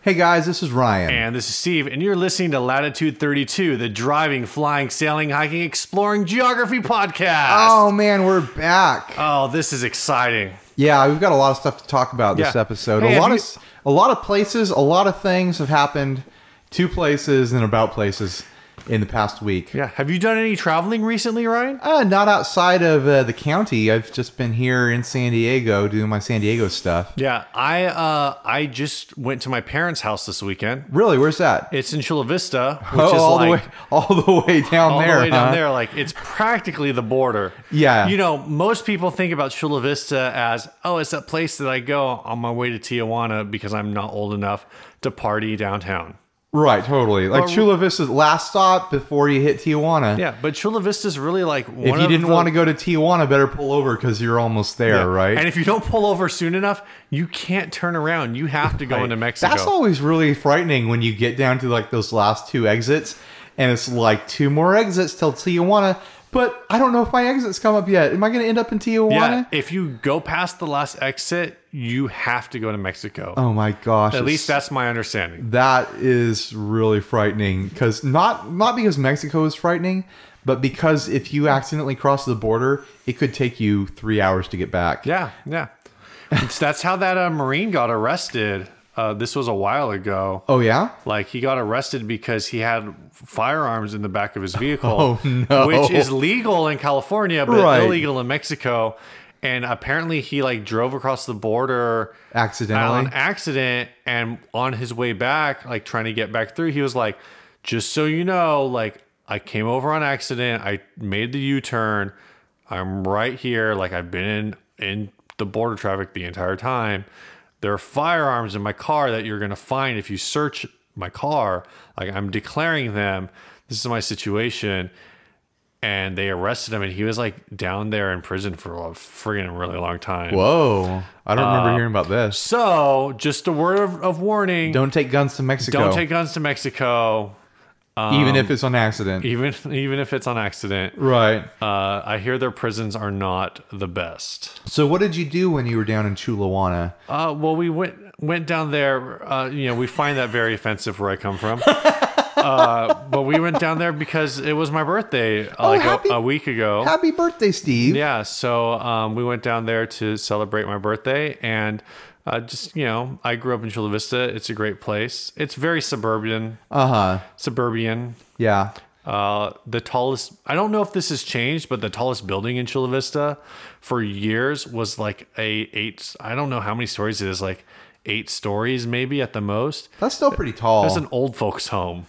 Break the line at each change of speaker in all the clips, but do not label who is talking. Hey guys, this is Ryan.
And this is Steve, and you're listening to Latitude 32, the driving, flying, sailing, hiking, exploring geography podcast.
oh man, we're back.
Oh, this is exciting.
yeah, we've got a lot of stuff to talk about this
Yeah.
episode.
Hey,
a
have
lot
you-
of s- a lot of places, a lot of things have happened to places and about places in the past week.
Yeah. Have you done any traveling recently, Ryan?
Uh, not outside of uh, the county. I've just been here in San Diego doing my San Diego stuff.
Yeah. I uh I just went to my parents' house this weekend.
Really, where's that?
It's in Chula Vista, which
oh,
is
all
like
the way all the way down
all
there.
the way
huh?
down there. Like it's practically the border.
Yeah.
You know, most people think about Chula Vista as, oh, it's that place that I go on my way to Tijuana because I'm not old enough to party downtown.
Right, totally. Like Chula Vista's last stop before you hit Tijuana.
Yeah, but Chula Vista's really like one
If you
of
didn't
the-
want to go to Tijuana, better pull over because you're almost there, right?
And if you don't pull over soon enough, you can't turn around. You have to go into Mexico.
That's always really frightening when you get down to like those last two exits, and it's like two more exits till Tijuana. But I don't know if my exits come up yet. Am I going to end up in Tijuana?
yeah, if you go past the last exit, you have to go to Mexico.
Oh my gosh!
At least that's my understanding.
that is really frightening because not not because Mexico is frightening, but because if you accidentally cross the border, it could take you three hours to get back.
Yeah, yeah. It's- that's how that uh, Marine got arrested. Uh, this was a while ago.
Oh yeah.
Like he got arrested because he had firearms in the back of his vehicle,
Oh, no.
which is legal in California but
Right.
illegal in Mexico. And apparently, he like drove across the border
Accidentally.
on accident, and on his way back, like trying to get back through, he was like, "Just so you know, like I came over on accident. I made the U turn. I'm right here. Like I've been in in the border traffic the entire time. There are firearms in my car that you're gonna find if you search my car. Like I'm declaring them. This is my situation." And they arrested him, and he was like down there in prison for a friggin' really long time.
Whoa! I don't
Uh,
remember hearing about this.
So, just a word of, of warning: don't,
Don't take guns to Mexico.
take Um, guns to Mexico,
even if it's on accident.
even even if it's on accident.
Right.
Uh, I hear their prisons are not the best.
So what did you do when you were down in Chulawana?
Uh, well, we went went down there. Uh, you know, we find that very offensive where I come from. uh, but we went down there because it was my birthday uh, like a-
Oh, happy-
a, week ago.
Happy birthday, Steve.
Oh. yeah, so um, we went down there to celebrate my birthday and. Uh, just you know, I grew up in Chula Vista. It's a great place. It's very suburban,
Uh-huh.
suburban.
Yeah.
Uh, the tallest, I don't know if this has changed, but the tallest building in Chula Vista for years was like a eight, I don't know how many stories it is, like eight stories maybe at the most.
That's still pretty tall.
It's an old folks home.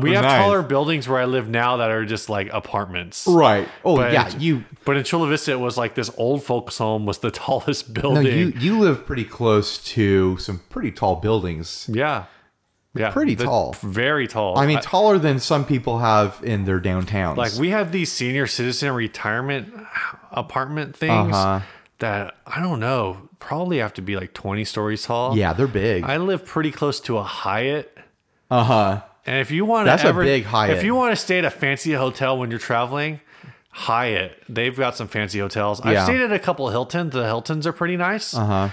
We have
Nice.
taller buildings where I live now that are just like apartments.
Right. Oh
But-
yeah, you
But in Chula Vista, it was like this old folks home was the tallest
no,
building.
you you live pretty close to some pretty tall buildings.
yeah. Yeah.
Pretty
The-
tall.
Very tall.
I mean taller than some people have in their downtowns.
Like we have these senior citizen retirement apartment things
Uh-huh.
that I don't know, probably have to be like 20 stories tall.
yeah, they're big.
I live pretty close to a Hyatt.
Uh-huh.
And if you want to
That's a big Hyatt.
If you want to stay at a fancy hotel when you're traveling, Hyatt. They've got some fancy hotels.
Yeah.
I've stayed at a couple of Hiltons. The Hiltons are pretty nice.
Uh-huh.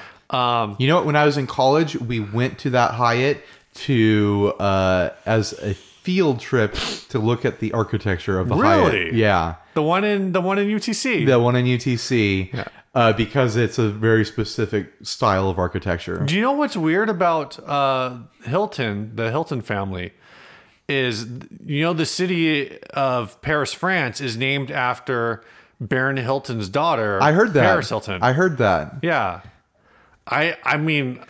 you know what? When I was in college, we went to that Hyatt to uh, as a field trip to look at the architecture of the Hyatt.
Really?
Yeah,
The one in the one in UTC.
the one in UTC, uh, because it's a very specific style of architecture.
Do you know what's weird about uh, Hilton, the Hilton family, is you know the city of Paris, France, is named after Baron Hilton's daughter.
I heard that.
Paris Hilton.
I heard that.
yeah, I I mean.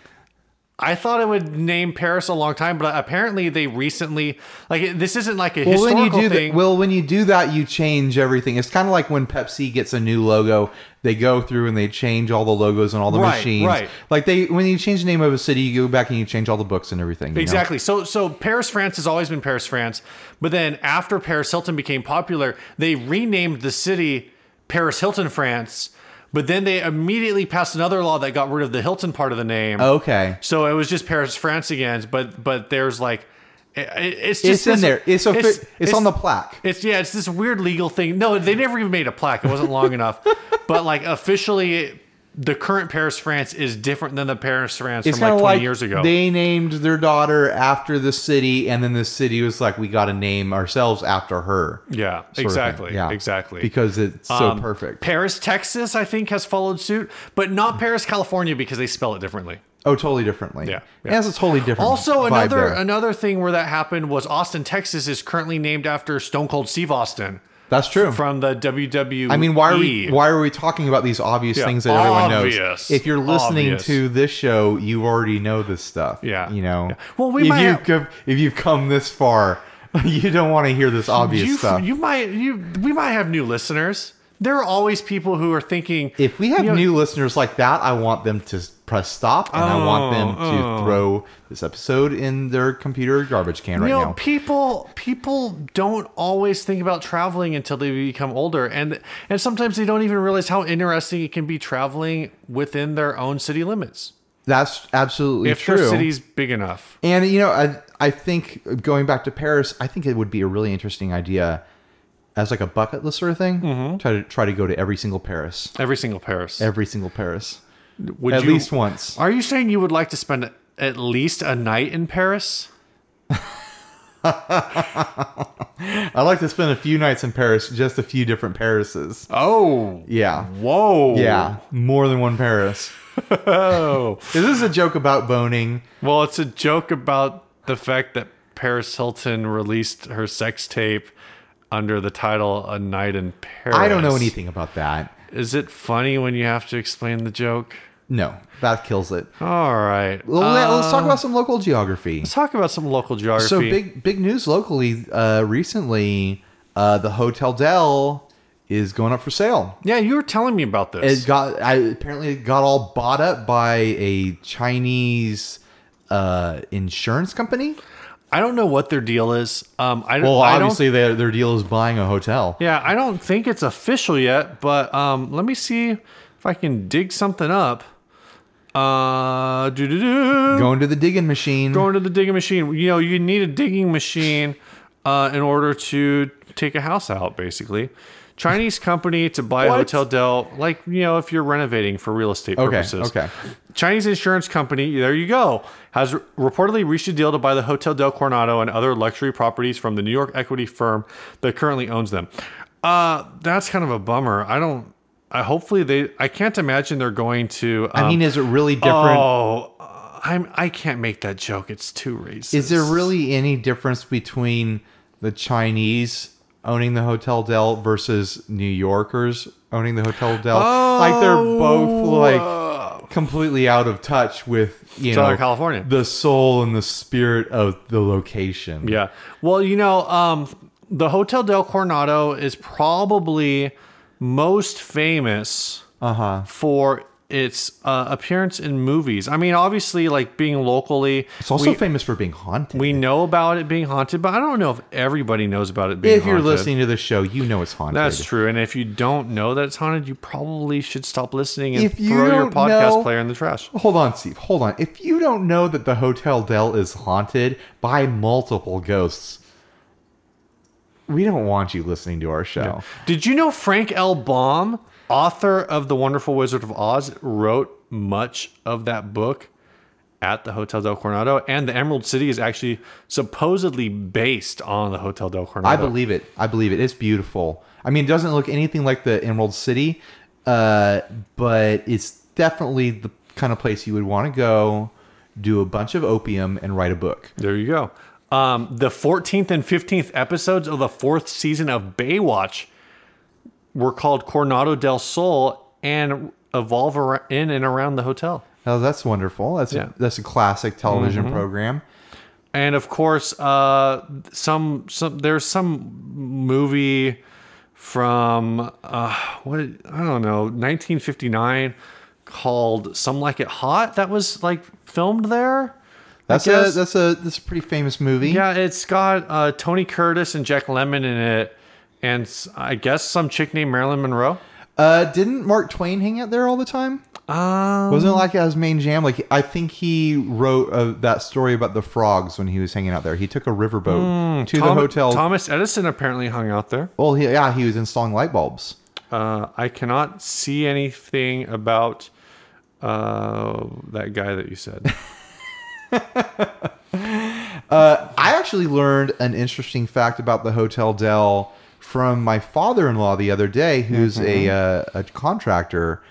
I thought it would name Paris a long time, but apparently they recently like it- this isn't like a
Well, when you
historical
do
thing.
that, well, when you do that, you change everything. It's kind of like when Pepsi gets a new logo. They go through and they change all the logos on all the
Right,
machines.
right.
Like they, when you change the name of a city, you go back and you change all the books and everything. you know?
Exactly. So so Paris, France has always been Paris, France. But then after Paris Hilton became popular, they renamed the city Paris Hilton, France. But then they immediately passed another law that got rid of the Hilton part of the name.
Okay.
So it was just Paris, France again. But but there's like, it, it's
it's
just
in
this-
there. It's a, it's, on the plaque.
It's yeah, it's this weird legal thing. No, they never even made a plaque. It wasn't long enough. But like officially the current Paris France is different than the Paris France
It's
from like
kind of
20
like,
years ago.
they named their daughter after the city, and then the city was like, "We got to name ourselves after her."
yeah,
sort of thing.
exactly. Exactly.
Because it's so
Um,
perfect. Mm-hmm.
Paris, Texas, I think, has followed suit, but not Paris, California, because they spell it differently.
Oh, totally differently.
Yeah,
It has a totally different.
Also,
vibe
another
there.
another thing where that happened was Austin, Texas, is currently named after Stone Cold Steve Austin
That's true.
from the E. WWE.
I mean, why are we why are we talking about these obvious
Yeah,
things that everyone knows?
obvious,
If you're listening
obvious.
to this show, you already know this stuff.
Yeah,
you know.
yeah. Well, we
if
might
you
have-
have, if you've come this far, you don't want to hear this obvious
you,
stuff.
you might you we might have new listeners. There are always people who are thinking
if we have
you know-
new listeners like that, I want them to press stop and I want them to
Oh,
throw this episode in their computer garbage can right
you know,
now.
people people don't always think about traveling until they become older, and and sometimes they don't even realize how interesting it can be traveling within their own city limits
That's absolutely
if
true.
their city's big enough.
And you know, I I think going back to Paris, I think it would be a really interesting idea as like a bucket list sort of thing.
Mm-hmm.
Try to try to go to every single Paris,
Every single Paris.
every single Paris,
Would
at
you-
least once.
Are you saying you would like to spend at least a night in Paris?
I like to spend a few nights in Paris, just a few different Parises.
Oh.
Yeah,
Whoa.
yeah, more than one Paris.
Oh.
Is this a joke about boning?
well, it's a joke about the fact that Paris Hilton released her sex tape under the title A Night in Paris.
I don't know anything about that.
Is it funny when you have to explain the joke?
No, that kills it.
All right.
Well,
Uh,
let- let's talk about some local geography.
let's talk about some local geography.
So big big news locally uh, recently. Uh, the Hotel Dell is going up for sale.
yeah, you were telling me about this.
It got I apparently it got all bought up by a Chinese uh, insurance company.
I don't know what their deal is. Um, I,
Well,
I don't
obviously their their deal is buying a hotel.
Yeah, I don't think it's official yet, but um, let me see if I can dig something up. Uh, do do do.
Going to the digging machine.
Going to the digging machine. You know, you need a digging machine uh, in order to take a house out, basically. Chinese company to buy
What?
Hotel Del, like you know, if you're renovating for real estate
okay,
purposes.
okay.
Chinese insurance company, there you go, has reportedly reached a deal to buy the Hotel Del Coronado and other luxury properties from the New York equity firm that currently owns them. Uh, that's kind of a bummer. I don't. I hopefully they. I can't imagine they're going to. Um,
I mean, is it really different?
oh, I'm. I can't make that joke. It's too racist.
Is there really any difference between the Chinese owning the Hotel Del versus New Yorkers owning the Hotel Del? Like they're
Oh.
both like completely out of touch with you
Southern
know
California.
the soul and the spirit of the location.
Yeah. Well, you know, um, the Hotel Del Coronado is probably most famous
Uh-huh.
for its uh, appearance in movies. I mean, obviously, like being locally,
It's also
we,
famous for being haunted.
we know about it being haunted, but I don't know if everybody knows about it being
if you're
haunted.
listening to the show, you know it's haunted.
That's true. And if you don't know that it's haunted, you probably should stop listening and
If you
throw your
don't
podcast
know-
player in the trash.
Hold on, Steve. Hold on. If you don't know that the Hotel Del is haunted by multiple ghosts, we don't want you listening to our show.
Did you know Frank L. Baum, author of The Wonderful Wizard of Oz, wrote much of that book at the Hotel Del Coronado? And the Emerald City is actually supposedly based on the Hotel Del
I
Coronado.
believe it. I believe it. It's beautiful. I mean, it doesn't look anything like the Emerald City, uh, but it's definitely the kind of place you would want to go, do a bunch of opium, and write a book.
There you go. Um, the 14th and 15th episodes of the fourth season of Baywatch were called Coronado del Sol and evolve ar- in and around the hotel.
Oh, that's wonderful. That's
Yeah. Mm-hmm.
a, that's a classic television program.
and of course uh some some there's some movie from uh what i don't know 1959 called some like it hot that was like filmed there
That's a
guess-
that's a that's a pretty famous movie.
yeah it's got uh tony curtis and jack lemon in it and s- i guess some chick named marilyn monroe
Uh, didn't Mark Twain hang out there all the time?
um
Wasn't it like his main jam? Like I think he wrote uh, that story about the frogs when he was hanging out there. He took a riverboat to
Thom-
the hotel.
thomas edison apparently hung out there
well, he, yeah, he was installing light bulbs.
Uh, I cannot see anything about Uh, that guy that you said.
I actually learned an interesting fact about the Hotel Del from my father-in-law the other day, who's a
Mm-hmm.
uh, a contractor.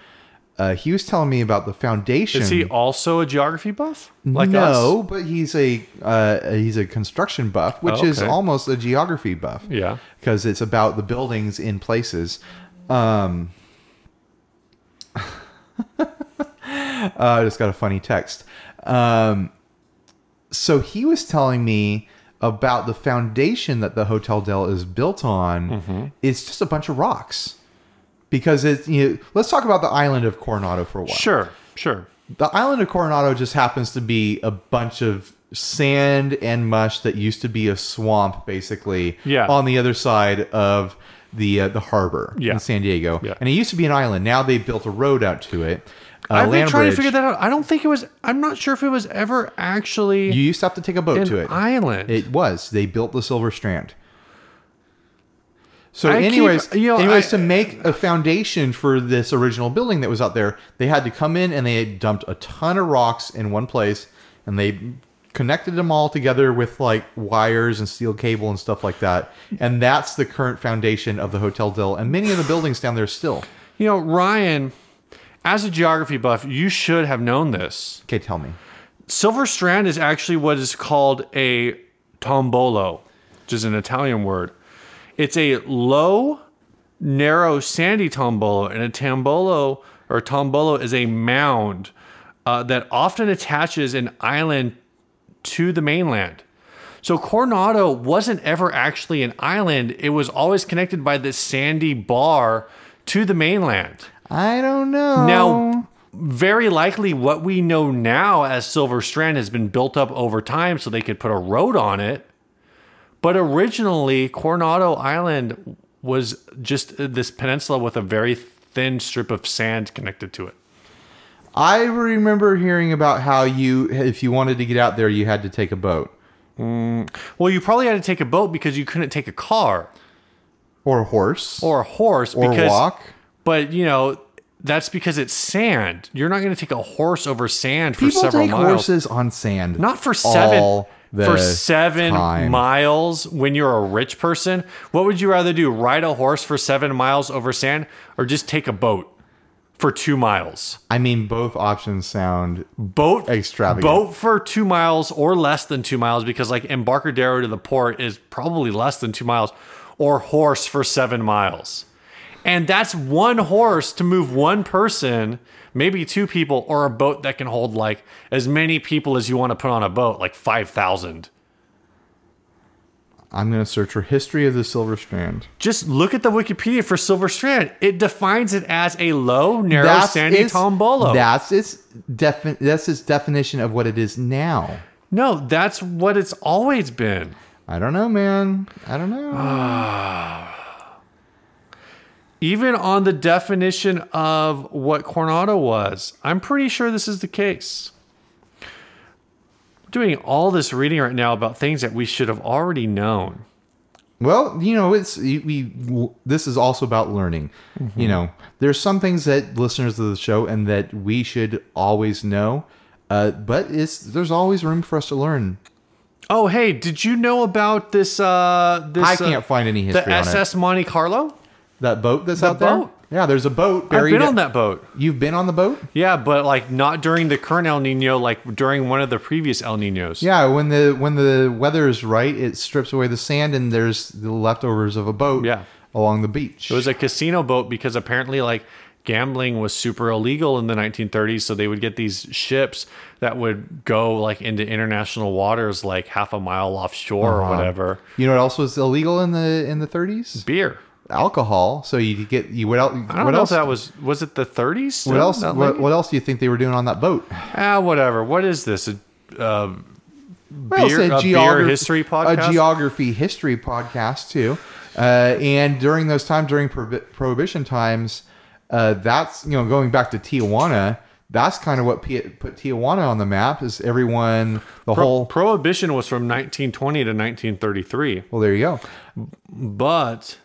Uh, he was telling me about the foundation.
Is he also a geography buff? Like
no,
us?
but he's a uh, he's a construction buff, which
Oh,
is
okay.
almost a geography buff.
Yeah.
because it's about the buildings in places. Um, uh, I just got a funny text. Um, so he was telling me about the foundation that the Hotel Del is built on. It's just a bunch of rocks. Because it's you know, let's talk about the island of Coronado for a while.
Sure. Sure.
The island of Coronado just happens to be a bunch of sand and mush that used to be a swamp, basically.
Yeah.
On the other side of the uh, the harbor
Yeah.
in San Diego,
Yeah.
and it used to be an island. Now they built a road out to it. Uh,
I've been
land
trying to
bridge.
figure that out. I don't think it was. I'm not sure if it was ever actually
You used to have to take a boat
an
to it.
island.
It was. They built the Silver Strand. So,
I keep-
anyways,
you know,
anyways, to
I-
make a foundation for this original building that was out there, they had to come in and they had dumped a ton of rocks in one place, and they connected them all together with like wires and steel cable and stuff like that. And that's the current foundation of the Hotel Del and many of the buildings down there still.
you know, Ryan, as a geography buff, you should have known this.
Okay, tell me.
Silver Strand is actually what is called a tombolo, which is an Italian word. It's a low, narrow, sandy tombolo, and a tombolo or tombolo is a mound uh, that often attaches an island to the mainland. So Coronado wasn't ever actually an island; it was always connected by this sandy bar to the mainland.
I don't know. Oh.
Now, very likely what we know now as Silver Strand has been built up over time so they could put a road on it. But originally, Coronado Island was just uh, this peninsula with a very thin strip of sand connected to it.
I remember hearing about how you, if you wanted to get out there, you had to take a boat
Well, you probably had to take a boat because you couldn't take a car
or a horse
or a horse
or
because
walk.
but you know that's because it's sand. You're not going to take a horse over sand for
People
several
take
miles.
horses on sand.
Not for seven.
all the
For seven
time.
miles when you're a rich person, what would you rather do? Ride a horse for seven miles over sand or just take a boat for two miles?
I mean, both options sound.
Boat
Extravagant.
Boat for two miles or less than two miles because like Embarcadero to the port is probably less than two miles or horse for seven miles. And that's one horse to move one person, maybe two people, or a boat that can hold like as many people as you want to put on a boat, like 5,000.
I'm going to search for history of the Silver Strand.
Just look at the Wikipedia for Silver Strand. It defines it as a low, narrow, sandy
its-
tombolo.
That's its defi- That's its definition of what it is now.
no, that's what it's always been.
I don't know, man. I don't know.
Even on the definition of what Coronado was, I'm pretty sure this is the case. Doing all this reading right now about things that we should have already known.
well, you know, it's you- we. This is also about learning.
Mm-hmm.
You know, there's some things that listeners of the show and that we should always know. Uh, but it's there's always room for us to learn.
Oh, hey, did you know about this? Uh, this
I
uh,
can't find any history
the
on it.
SS Monte Carlo.
That boat that's out
boat?
there? Yeah, there's a boat
I've
buried.
been on that boat.
You've been on the boat?
Yeah, but like not during the current El Nino, like during one of the previous El Ninos.
Yeah, when the when the weather is right, it strips away the sand and there's the leftovers of a boat
Yeah.
along the beach.
It was a casino boat because apparently like gambling was super illegal in the 1930s, so they would get these ships that would go like into international waters like half a mile offshore
Uh-huh.
or whatever.
you know what else was illegal in the in the 30s?
Beer.
Alcohol. So you could get you what else?
I don't
What
know
else?
if that was was it the 30s? still?
what else?
Not
What,
like-
what else do you think they were doing on that boat?
ah, whatever. What is this? A, uh,
Well,
Beer-
it's
a beer
geograph-
history podcast?
a geography history podcast too. Uh, and during those times, during prohi- prohibition times, uh, that's you know going back to Tijuana. That's kind of what P- put Tijuana on the map. Is everyone the whole?
Prohibition was from 1920 to 1933,
well, there you go.
but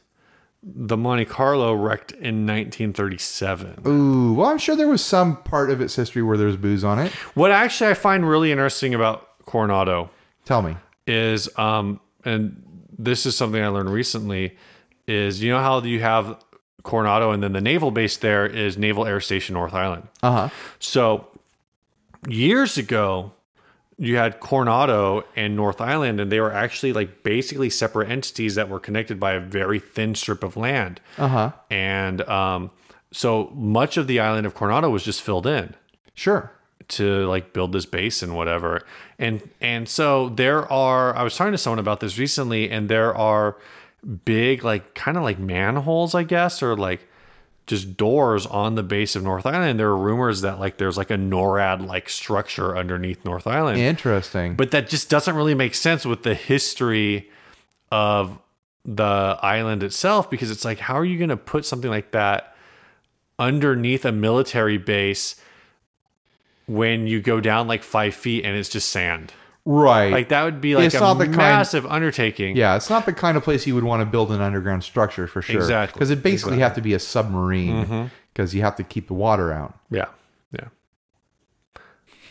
the Monte Carlo wrecked in 1937.
Ooh, well, I'm sure there was some part of its history where there's booze on it.
What actually I find really interesting about Coronado
Tell me.
is um and this is something I learned recently is you know how you have Coronado and then the naval base there is Naval Air Station North Island.
Uh huh.
So years ago you had Coronado and North Island and they were actually like basically separate entities that were connected by a very thin strip of land.
Uh huh.
And um so much of the island of Coronado was just filled in
Sure.
to like build this base and whatever. And and so there are I was talking to someone about this recently and there are big like kind of like manholes I guess or like just doors on the base of North Island. There are rumors that like there's like a NORAD like structure underneath North Island.
Interesting.
But that just doesn't really make sense with the history of the island itself because it's like, how are you going to put something like that underneath a military base when you go down like five feet and it's just sand?
right.
Like, that would be like
It's
a
not the kind-
massive undertaking.
yeah, it's not the kind of place you would want to build an underground structure for sure.
Exactly. Mm-hmm.
Because it basically have to be a submarine because you have to keep the water out.
Yeah. Yeah.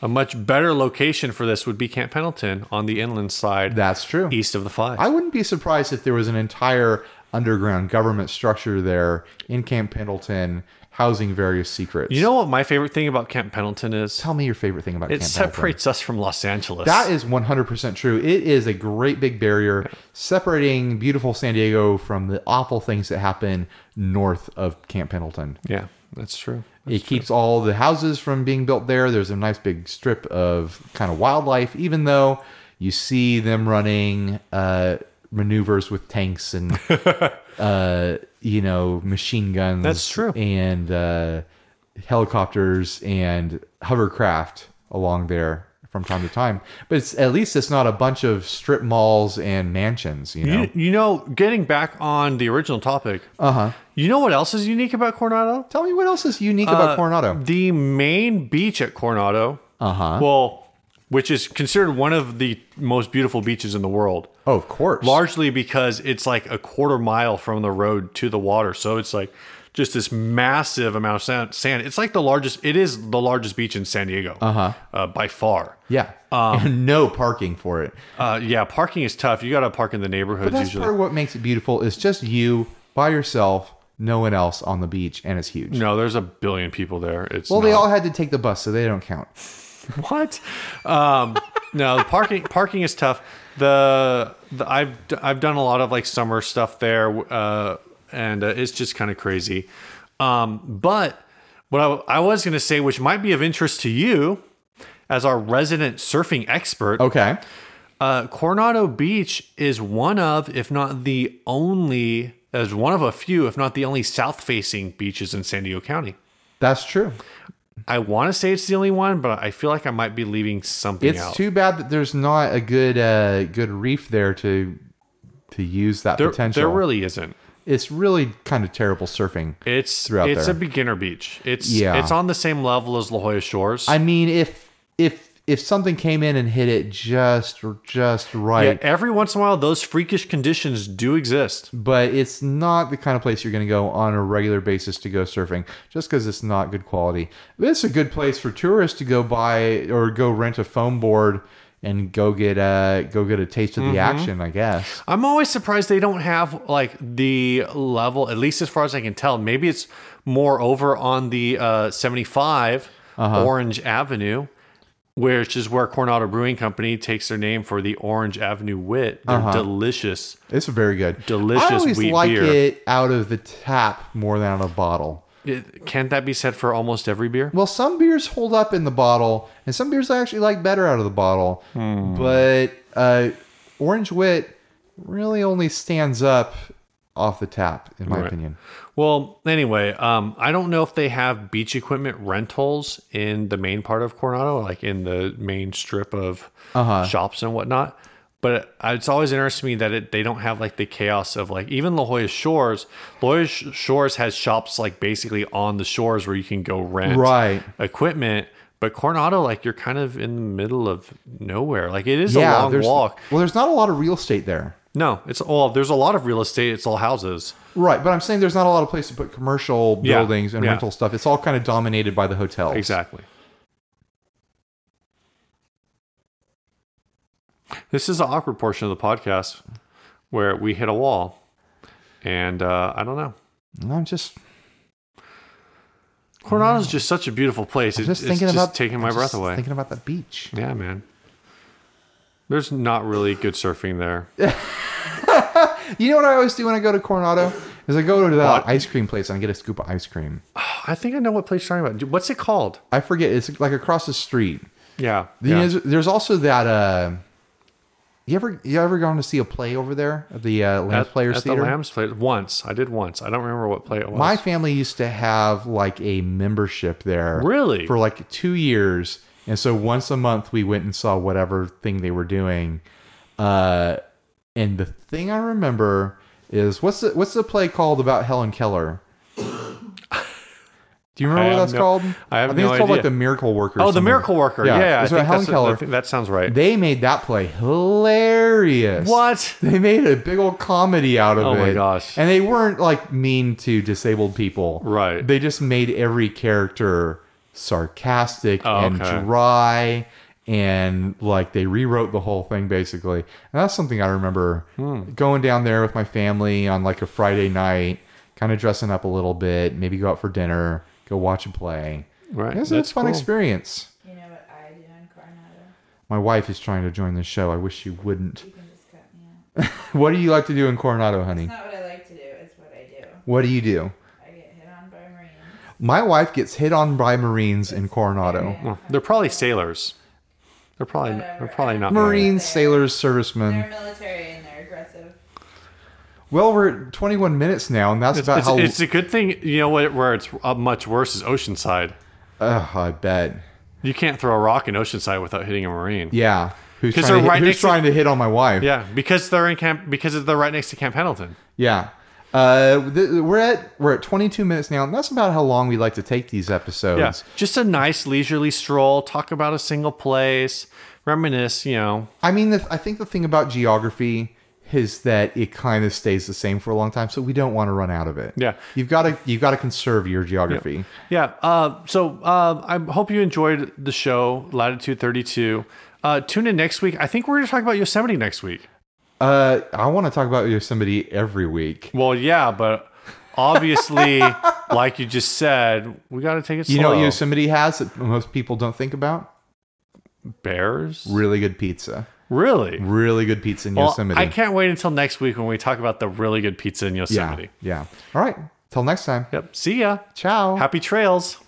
A much better location for this would be Camp Pendleton on the inland side
That's true.
east of the five.
I wouldn't be surprised if there was an entire underground government structure there in Camp Pendleton housing various secrets.
you know what my favorite thing about Camp Pendleton is?
tell me your favorite thing about
It
Camp Pendleton.
separates us from Los Angeles.
That is 100% true. It is a great big barrier separating beautiful San Diego from the awful things that happen north of Camp Pendleton.
yeah, that's true.
it keeps all the houses from being built there. There's a nice big strip of kind of wildlife, even though you see them running uh, maneuvers with tanks and, uh, you know, machine guns.
That's true.
And uh, helicopters and hovercraft along there from time to time. But it's at least it's not a bunch of strip malls and mansions, you know?
You, you know, getting back on the original topic,
Uh huh.
you know what else is unique about Coronado?
Tell me what else is unique about
Uh,
Coronado.
The main beach at Coronado,
Uh huh.
well, which is considered one of the most beautiful beaches in the world,
Oh, of course.
largely because it's like a quarter mile from the road to the water. So it's like just this massive amount of sand. sand. It's like the largest, it is the largest beach in San Diego uh-huh. by far.
Yeah. and no parking for it.
Uh, yeah, parking is tough. You got to park in the neighborhoods
That's
usually.
part of what makes it beautiful is just you by yourself, no one else on the beach, and it's huge.
No, there's a billion people there. It's
Well,
not-
they all had to take the bus, so they don't count.
what? Um, no, the parking parking is tough. The, the I've I've done a lot of like summer stuff there, uh, and uh, it's just kind of crazy. Um, but what I, I was going to say, which might be of interest to you, as our resident surfing expert,
Okay.
uh, Coronado Beach is one of, if not the only, as one of a few, if not the only south-facing beaches in San Diego County.
That's true.
I want to say it's the only one, but I feel like I might be leaving something
It's
out.
too bad that there's not a good uh, good reef there to to use that
there,
potential.
there really isn't.
it's really kind of terrible surfing.
It's
Throughout
it's
there.
a beginner beach. It's
Yeah.
it's on the same level as La Jolla Shores.
I mean, if if if something came in and hit it just just right,
Yeah, every once in a while, those freakish conditions do exist.
but it's not the kind of place you're going to go on a regular basis to go surfing just because it's not good quality. But it's a good place for tourists to go buy or go rent a foam board and go get a go get a taste of the
Mm-hmm.
action, I guess.
I'm always surprised they don't have like the level, at least as far as I can tell. Maybe it's more over on the uh, 75
Uh-huh.
Orange Avenue, which is where Coronado Brewing Company takes their name for the Orange Avenue Wit. They're
Uh-huh.
delicious.
It's very good.
Delicious
I always
wheat
like
beer.
it out of the tap more than out of a bottle.
It, can't that be said for almost every beer?
Well, some beers hold up in the bottle, and some beers I actually like better out of the bottle.
Hmm.
But uh, Orange Wit really only stands up off the tap, in my opinion.
Well, anyway, um, I don't know if they have beach equipment rentals in the main part of Coronado, like in the main strip of
Uh-huh.
shops and whatnot. But it's always interesting to me that it, they don't have like the chaos of like even La Jolla Shores. La Jolla Sh- Shores has shops like basically on the shores where you can go rent
Right.
equipment. But Coronado, like you're kind of in the middle of nowhere. Like it is a long
there's,
walk.
Well, there's not a lot of real estate there.
No, it's all there's a lot of real estate. It's all houses.
Right, but I'm saying there's not a lot of place to put commercial
Yeah,
buildings and
yeah.
rental stuff. It's all kind of dominated by the hotels.
Exactly. This is the awkward portion of the podcast where we hit a wall, and uh, I don't know.
And I'm just
Coronado's just such a beautiful place.
I'm
It-
just
it's
thinking
just
about
taking my
I'm
breath
just
away.
Thinking about the beach.
Yeah, man. There's not really good surfing there.
You know what I always do when I go to Coronado is I go to the ice cream place and I get a scoop of ice cream.
I think I know what place you're talking about. Dude, What's it called?
I forget it's like across the street.
Yeah.
The-
yeah.
there's- There's also that. Uh, you ever you ever gone to see a play over there at the uh, Lambs
at,
Players
at
Theater?
the Lambs Players. Once. I did once. I don't remember what play it was.
My family used to have like a membership there.
Really?
For like two years. And so once a month we went and saw whatever thing they were doing. Uh and the thing I remember is what's the what's the play called about Helen Keller? Do you remember
I
what
have
that's
no-
called?
I have
think
no
it's called like
idea.
the Miracle Worker. or
oh, the
something.
Miracle Worker. Yeah.
it's about
I think
Helen
that's, I
Keller.
think that sounds right.
They made that play hilarious.
what?
They made a big old comedy out of it.
Oh my gosh.
And they weren't like mean to disabled people.
Right.
They just made every character sarcastic
Oh,
and
okay.
dry and like they rewrote the whole thing basically. And that's something I remember
Hmm.
going down there with my family on like a Friday night, kind of dressing up a little bit, maybe go out for dinner, go watch a play.
Right.
It was
That's
a fun
cool.
experience.
You know what I do in Coronado?
My wife is trying to join the show. I wish she wouldn't.
You can just cut me out.
What do you like to do in Coronado, honey?
It's not what I like to do, it's what I do.
What do you do?
I get hit on by Marines.
My wife gets hit on by Marines in Coronado.
Well, they're probably sailors. They're probably they're probably not marines.
Marines, sailors, servicemen.
They're military and they're aggressive.
Well, we're at 21 minutes now, and that's
It's,
about how.
it's- it's a good thing you know what, where it's uh, much worse is Oceanside.
Ugh, I bet.
You can't throw a rock in Oceanside without hitting a marine.
Yeah. Who's
'Cause
trying, to
they're
hit,
right
who's
next to-
trying to hit on my wife?
Yeah, because they're in camp because they're right next to Camp Pendleton.
Yeah. Uh, th- we're at we're at 22 minutes now, and that's about how long we like to take these episodes.
Yeah, just a nice leisurely stroll, talk about a single place, reminisce. You know,
I mean, the, I think the thing about geography is that it kind of stays the same for a long time, so we don't want to run out of it.
Yeah.
You've got to you've got to conserve your geography.
yeah. Uh, so uh, I hope you enjoyed the show, Latitude Thirty Two. Uh, tune in next week. I think we're going to talk about Yosemite next week.
Uh, I want to talk about Yosemite every week.
Well, yeah, but obviously, like you just said, we got to take it
You know
slow.
what Yosemite has that most people don't think about?
bears?
Really good pizza.
Really?
Really good pizza in
Well,
Yosemite.
I can't wait until next week when we talk about the really good pizza in
yeah,
Yosemite.
yeah. All right. Till next time.
Yep. See ya.
Ciao.
Happy trails.